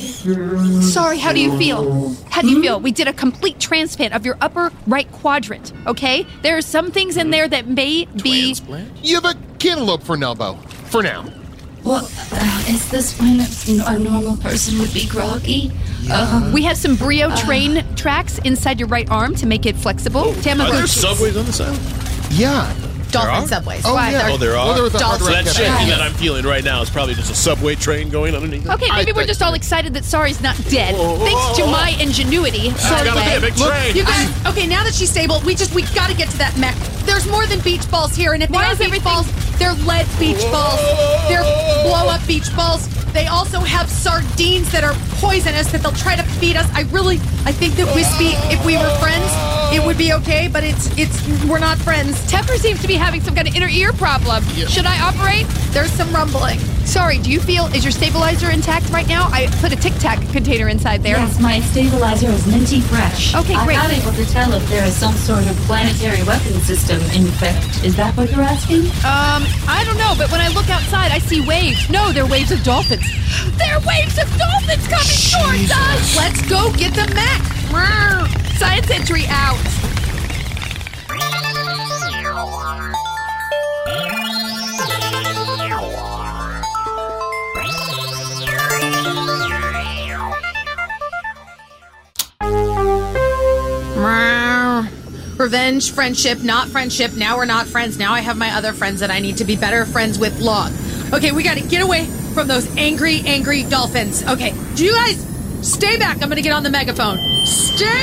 Speaker 5: Sorry, how do you feel? How do you feel? We did a complete transplant of your upper right quadrant, okay? There are some things
Speaker 6: Mm-hmm.
Speaker 5: in there that may be.
Speaker 2: You have a cantaloupe for an elbow. For now.
Speaker 3: Well, uh, is this when a normal person would be groggy?
Speaker 5: Uh, we have some Brio train tracks inside your right arm to make it flexible.
Speaker 6: Oh, Are there
Speaker 5: Tamagotchis.
Speaker 6: subways on the side?
Speaker 2: Yeah.
Speaker 6: There are?
Speaker 5: Dolphin subways. Oh, Why? yeah.
Speaker 6: Oh, there are.
Speaker 5: Well, there was a hard
Speaker 6: so
Speaker 5: rock
Speaker 6: that
Speaker 5: that
Speaker 6: shaking
Speaker 5: happened.
Speaker 6: that I'm feeling right now is probably just a subway train going underneath.
Speaker 5: Okay, maybe we're just all excited that Sorry's not dead. Thanks to my ingenuity.
Speaker 6: That's gotta be a big Look, train.
Speaker 7: You guys, okay, now that she's stable, we just we gotta get to that mech. There's more than beach balls here, and if they are beach balls, they're lead beach balls. They're blow up beach balls. They also have sardines that are poisonous that they'll try to feed us. I really, I think that Wispy, if we were friends, it would be okay. But it's it's we're not friends.
Speaker 5: Tepper seems to be having some kind of inner ear problem. Should I operate?
Speaker 7: There's some rumbling.
Speaker 5: Sorry, do you feel is your stabilizer intact right now? I put a Tic Tac container inside there.
Speaker 3: Yes, my stabilizer is minty fresh.
Speaker 5: Okay,
Speaker 3: I'm
Speaker 5: great.
Speaker 3: not able to tell if there is some sort of planetary weapon system in effect. Is that what you're asking?
Speaker 5: Um, I don't know, but when I look outside, I see waves. No, they're waves of dolphins. They're waves of dolphins coming towards us. Let's go get the mech. Rawr. Science entry out.
Speaker 7: Meow. Revenge, friendship, not friendship. Now we're not friends. Now I have my other friends that I need to be better friends with. Log. Okay, we gotta get away from those angry, angry dolphins. Okay, do you guys stay back? I'm gonna get on the megaphone. Stay back!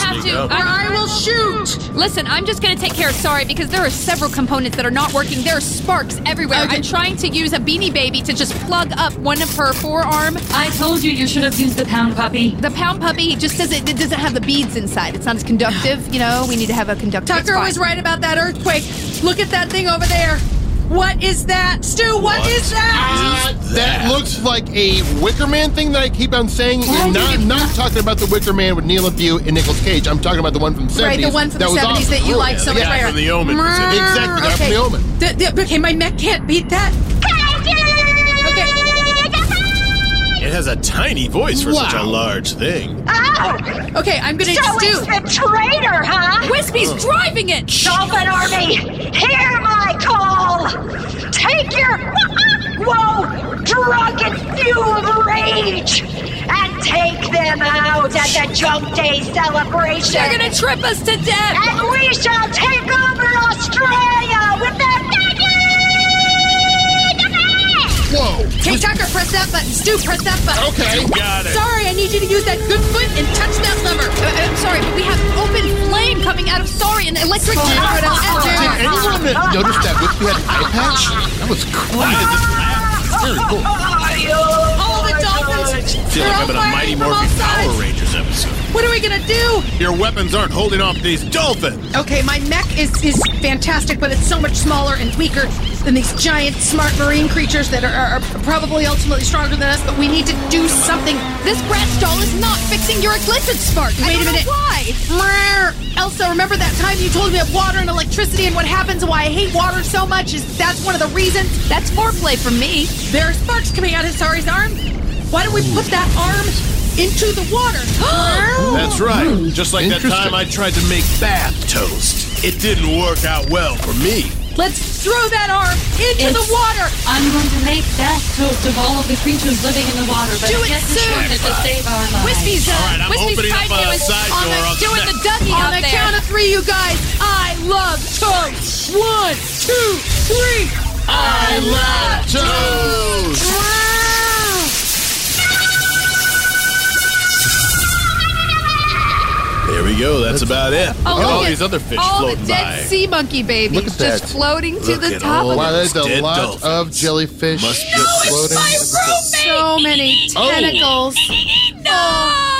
Speaker 5: I have to. I,
Speaker 7: will shoot.
Speaker 5: Listen, I'm just going to take care of sorry because there are several components that are not working. There are sparks everywhere. I'm trying to use a beanie baby to just plug up one of her forearm.
Speaker 3: I told you you should have used the pound puppy.
Speaker 5: The pound puppy just says it, it doesn't have the beads inside. It's not as conductive. You know, we need to have a conductive.
Speaker 7: Tucker
Speaker 5: spot.
Speaker 7: was right about that earthquake. Look at that thing over there. What is that? Stu, what is that?
Speaker 2: That looks like a Wicker Man thing that I keep on saying. And not, I'm not talking about the Wicker Man with Neil and Pew and Nicolas Cage. I'm talking about the one from the 70s.
Speaker 7: Right, the one from
Speaker 2: that
Speaker 7: the
Speaker 2: was
Speaker 7: 70s
Speaker 2: awesome.
Speaker 7: that you like so much.
Speaker 2: Yeah,
Speaker 7: better.
Speaker 2: from the Omen.
Speaker 7: Mrrr,
Speaker 2: Exactly, that
Speaker 7: okay.
Speaker 2: from the Omen.
Speaker 7: D- d- okay, my mech can't beat that.
Speaker 6: It has a tiny voice for such a large thing.
Speaker 10: Oh!
Speaker 7: Okay, I'm gonna
Speaker 10: so
Speaker 7: do-
Speaker 10: it's the traitor, huh?
Speaker 5: Wispy's driving it.
Speaker 10: Dolphin Army, hear my call! Take your whoa, drunken fuel of rage, and take them out at the Junk Day celebration.
Speaker 5: They're gonna trip us to death.
Speaker 10: And we shall take over Australia with their magic!
Speaker 2: Whoa!
Speaker 7: Hey, Tucker, press that button. Stu, press that button.
Speaker 2: Okay.
Speaker 6: Got it.
Speaker 7: Sorry, I need you to use that good foot and touch that lever.
Speaker 5: Uh, I'm sorry, but we have open flame coming out of sorry and electric.
Speaker 2: Did anyone
Speaker 7: Ah.
Speaker 2: notice that Wispy had an eye patch? That was cool. Very cool.
Speaker 7: All the dolphins.
Speaker 6: feel like
Speaker 7: they're
Speaker 6: I'm in a Mighty
Speaker 7: all firing from all
Speaker 6: Morphin Power
Speaker 7: sides.
Speaker 6: Rangers episode.
Speaker 7: What are we gonna do?
Speaker 6: Your weapons aren't holding off these dolphins.
Speaker 7: Okay, my mech is is fantastic, but it's so much smaller and weaker than these giant, smart marine creatures that are, are, are probably ultimately stronger than us. But we need to do something.
Speaker 5: This brat doll is not fixing your glycid spark. I
Speaker 7: Wait
Speaker 5: don't
Speaker 7: a
Speaker 5: know
Speaker 7: minute.
Speaker 5: why.
Speaker 7: Mrrr. Elsa, remember that time you told me of water and electricity and what happens and why I hate water so much? Is that's one of the reasons?
Speaker 5: That's foreplay from me.
Speaker 7: There are sparks coming out of Sari's arm. Why don't we put that arm into the water?
Speaker 6: That's
Speaker 7: Oh,
Speaker 6: right.
Speaker 7: hmm.
Speaker 6: Just like that
Speaker 2: Interesting.
Speaker 6: time I tried to make bath toast. It didn't work out well for me.
Speaker 7: Let's throw that arm into the
Speaker 3: It's-
Speaker 7: water.
Speaker 3: I'm going to make that toast of all of the creatures living in the water, but
Speaker 5: Do it
Speaker 3: get the
Speaker 5: soon.
Speaker 3: shot to save our lives.
Speaker 5: Wispy's uh,
Speaker 6: All right, I'm
Speaker 5: Wispy's
Speaker 6: opening up
Speaker 5: side
Speaker 6: a
Speaker 5: is
Speaker 6: side
Speaker 5: on
Speaker 6: door
Speaker 5: the,
Speaker 6: up
Speaker 5: doing
Speaker 6: next.
Speaker 5: the Dougie
Speaker 7: On
Speaker 5: out
Speaker 7: the
Speaker 5: there.
Speaker 7: count of three, you guys. I love toast. One, two, three. I love
Speaker 2: Toes!
Speaker 6: There we go. That's about it. Look at all
Speaker 5: Oh, look at
Speaker 6: these other fish
Speaker 5: all
Speaker 6: floating
Speaker 5: the dead
Speaker 6: by.
Speaker 5: sea monkey babies
Speaker 2: Look at
Speaker 5: just
Speaker 2: that.
Speaker 5: floating to
Speaker 6: Look
Speaker 5: the
Speaker 6: at
Speaker 5: top
Speaker 6: all
Speaker 5: of
Speaker 2: Wow,
Speaker 5: the
Speaker 2: there's a
Speaker 6: Dead
Speaker 2: lot of
Speaker 6: dolphins.
Speaker 2: jellyfish
Speaker 6: Must be
Speaker 2: floating.
Speaker 7: so many
Speaker 6: Oh.
Speaker 7: tentacles.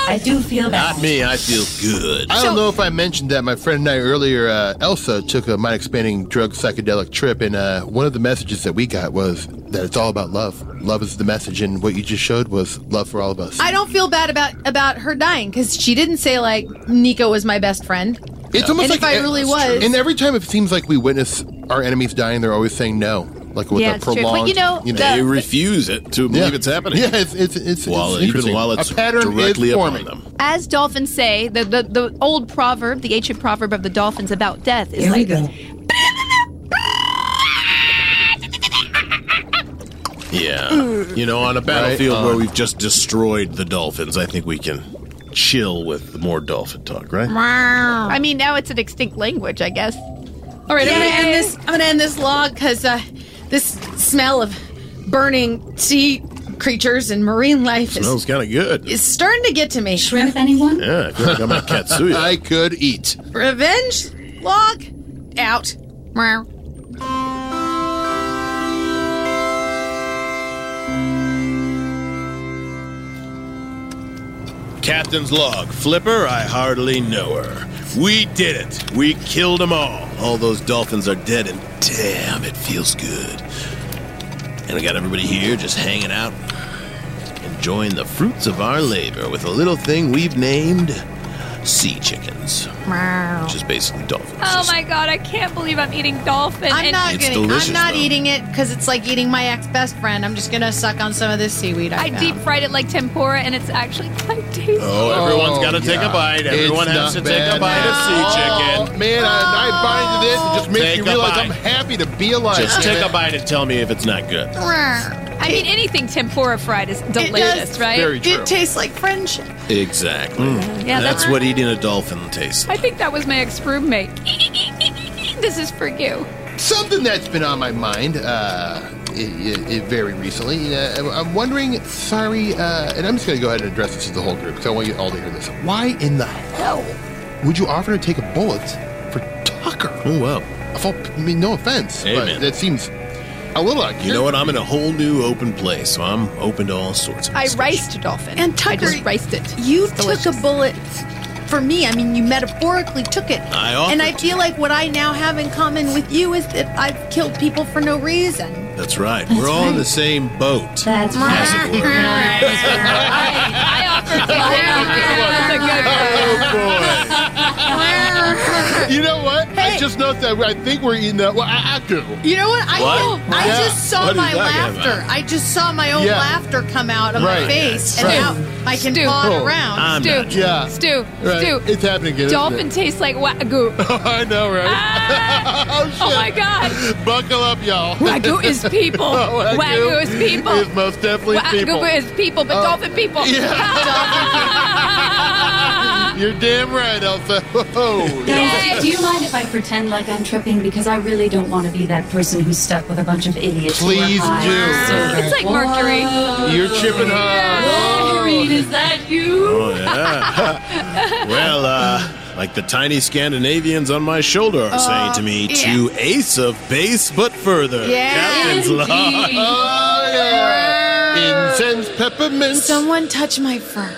Speaker 3: I do feel bad.
Speaker 6: Not me. I feel good.
Speaker 2: I don't know if I mentioned that my friend and I earlier, uh, Elsa, took a mind expanding drug psychedelic trip, and uh, one of the messages that we got was that it's all about love. Love is the message, and what you just showed was love for all of us.
Speaker 7: I don't feel bad about about her dying because she didn't say like Nico was my best friend.
Speaker 2: it's almost
Speaker 7: And
Speaker 2: like e-
Speaker 7: if I really was-
Speaker 2: And every time it seems like we witness our enemies dying, they're always saying no. like with
Speaker 11: Yeah,
Speaker 2: a
Speaker 11: it's true. But
Speaker 2: prolonged.
Speaker 11: you know, the-
Speaker 6: They refuse it to believe
Speaker 2: Yeah.
Speaker 6: it's happening.
Speaker 2: Yeah, it's it's it's,
Speaker 6: while
Speaker 2: it's
Speaker 6: even
Speaker 2: interesting.
Speaker 6: while it's
Speaker 2: a pattern
Speaker 6: directly
Speaker 2: is
Speaker 6: upon
Speaker 2: forming.
Speaker 6: them.
Speaker 11: As dolphins say, the, the, the old proverb, the ancient proverb of the dolphins about death is
Speaker 3: Here we
Speaker 11: like,
Speaker 3: go.
Speaker 6: Yeah, you know, on a battlefield
Speaker 2: on.
Speaker 6: where we've just destroyed the dolphins, I think we can chill with more dolphin talk, right?
Speaker 11: I mean, now it's an extinct language, I guess.
Speaker 7: All right, I'm gonna end this. I'm gonna end this log because uh, this smell of burning sea creatures and marine life is,
Speaker 6: Smells kind of good.
Speaker 7: is starting to get to me.
Speaker 3: Shrimp, anyone?
Speaker 6: Yeah, I feel like I'm at Katsuya.
Speaker 2: I could eat.
Speaker 7: Revenge log out. Meow.
Speaker 6: Captain's log. Flipper, I hardly know her. We did it. We killed them all. All those dolphins are dead, and damn, it feels good. And I got everybody here just hanging out, enjoying the fruits of our labor with a little thing we've named sea chickens, which is basically dolphins.
Speaker 5: Oh my god, I can't believe I'm eating dolphin.
Speaker 7: I'm
Speaker 5: and
Speaker 7: not
Speaker 6: It's
Speaker 7: gonna.
Speaker 6: delicious,
Speaker 7: I'm not
Speaker 6: though.
Speaker 7: eating it because it's like eating my ex best friend. I'm just gonna suck on some of this seaweed. I,
Speaker 5: I
Speaker 7: found.
Speaker 5: deep fried it like tempura, and it's actually quite tasty.
Speaker 6: Oh, everyone's
Speaker 2: Oh,
Speaker 6: got to take
Speaker 2: yeah.
Speaker 6: a bite. Everyone
Speaker 2: It's
Speaker 6: has to
Speaker 2: not
Speaker 6: take a
Speaker 2: bad. Oh,
Speaker 6: bite of sea chicken.
Speaker 2: Man, I, I bind to this. It just makes
Speaker 6: Take
Speaker 2: me
Speaker 6: a
Speaker 2: realize
Speaker 6: bite.
Speaker 2: I'm happy to be alive.
Speaker 6: Just
Speaker 2: damn
Speaker 6: take a
Speaker 2: it.
Speaker 6: bite and tell me if it's not good.
Speaker 5: I mean, anything tempura fried is delicious,
Speaker 7: does.
Speaker 5: right?
Speaker 2: Very true.
Speaker 7: It tastes like friendship.
Speaker 6: Exactly.
Speaker 5: Yeah,
Speaker 6: that's
Speaker 5: that's-
Speaker 6: what eating a dolphin tastes
Speaker 5: I
Speaker 6: like.
Speaker 5: think that was my ex roommate. this is for you.
Speaker 2: Something that's been on my mind uh, i i i very recently. Uh, I'm wondering, sorry, uh, and I'm just going to go ahead and address this to the whole group because I want you all to hear this. Why in the hell would you offer to take a bullet for Tucker?
Speaker 6: Oh, wow.
Speaker 2: Of all- I mean, no offense,
Speaker 6: Amen.
Speaker 2: but that seems a little like
Speaker 6: You know what? I'm in a whole new open place, so I'm open to all sorts of
Speaker 11: I
Speaker 6: discussion.
Speaker 11: riced a dolphin.
Speaker 7: And
Speaker 11: I
Speaker 7: Tucker,
Speaker 11: just riced it.
Speaker 7: You
Speaker 11: It's delicious.
Speaker 7: took a bullet for me. I mean, you metaphorically took it.
Speaker 6: I offered
Speaker 7: And I
Speaker 6: to.
Speaker 7: feel like what I now have in common with you is that I've killed people for no reason.
Speaker 6: That's right. We're all in the same boat. as
Speaker 3: That's right.
Speaker 6: it were.
Speaker 5: I offered to I offered to-
Speaker 6: Oh,
Speaker 2: You know what? I just noticed that I think we're eating that. Well, I, I do.
Speaker 7: You know what? I
Speaker 6: What?
Speaker 7: I
Speaker 2: Yeah.
Speaker 7: just saw
Speaker 6: What are you
Speaker 7: my
Speaker 6: talking
Speaker 7: laughter.
Speaker 6: about?
Speaker 7: I just saw my own
Speaker 2: Yeah.
Speaker 7: laughter come out of
Speaker 2: Right.
Speaker 7: my face,
Speaker 2: Right.
Speaker 7: and now I can
Speaker 5: Stu.
Speaker 7: pawn
Speaker 2: Oh.
Speaker 7: around.
Speaker 6: I'm
Speaker 5: Stu,
Speaker 6: not-
Speaker 2: Yeah.
Speaker 5: Stu,
Speaker 2: Right.
Speaker 5: Stu.
Speaker 2: It's happening again. isn't
Speaker 5: Dolphin
Speaker 2: it? Oh,
Speaker 5: tastes like wagyu.
Speaker 2: I know, right?
Speaker 5: Ah!
Speaker 2: oh, shit.
Speaker 5: Oh my god.
Speaker 2: Buckle up, y'all.
Speaker 5: Wagyu is people.
Speaker 2: Oh, Wagyu
Speaker 5: Wagyu is people.
Speaker 2: is most definitely people.
Speaker 5: Wagyu is people, but
Speaker 2: Oh.
Speaker 5: dolphin people.
Speaker 2: You're damn right, Elsa. Oh,
Speaker 5: Yes.
Speaker 3: Guys, do you mind if I pretend like I'm tripping? Because I really don't want to be that person who's stuck with a bunch of idiots. who are
Speaker 2: Please
Speaker 3: high
Speaker 2: do.
Speaker 3: on silver.
Speaker 5: It's like mercury.
Speaker 2: You're tripping hard.
Speaker 3: Irene, is that you?
Speaker 6: Oh, yeah. well, uh, like the tiny Scandinavians on my shoulder are saying to
Speaker 3: Oh,
Speaker 6: me, to ace of base but further.
Speaker 7: Yeah.
Speaker 6: Captain's log.
Speaker 2: Oh, yeah. Incense peppermints.
Speaker 7: Someone touch my fur.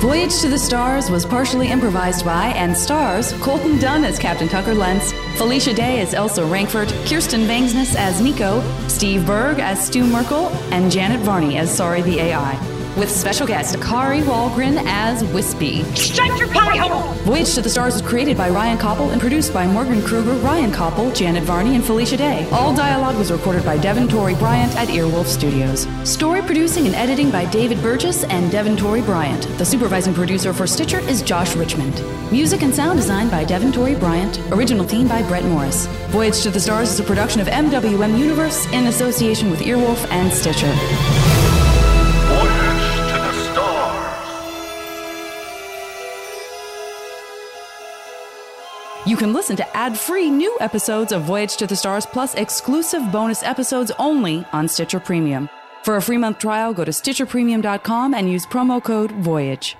Speaker 1: Voyage to the Stars was partially improvised by and stars Colton Dunn as Captain Tucker Lentz, Felicia Day as Elsa Rankfort, Kirsten Vangsness as Nico, Steve Berg as Stu Merkel, and Janet Varney as Sorry the AI, with special guest Kari Walgren as Wispy.
Speaker 12: Shut your pie hole!
Speaker 1: Voyage to the Stars was created by Ryan Koppel and produced by Morgan Kruger, Ryan Koppel, Janet Varney, and Felicia Day. All dialogue was recorded by Devin Torrey Bryant at Earwolf Studios. Story producing and editing by David Burgess and Devin Torrey Bryant. The supervising producer for Stitcher is Josh Richmond. Music and sound design by Devin Torrey Bryant. Original theme by Brett Morris. Voyage to the Stars is a production of MWM Universe in association with Earwolf and Stitcher.
Speaker 10: Voyage to the stars.
Speaker 1: You can listen to ad free new episodes of Voyage to the Stars plus exclusive bonus episodes only on Stitcher Premium. For a free month trial, go to StitcherPremium.com and use promo code VOYAGE.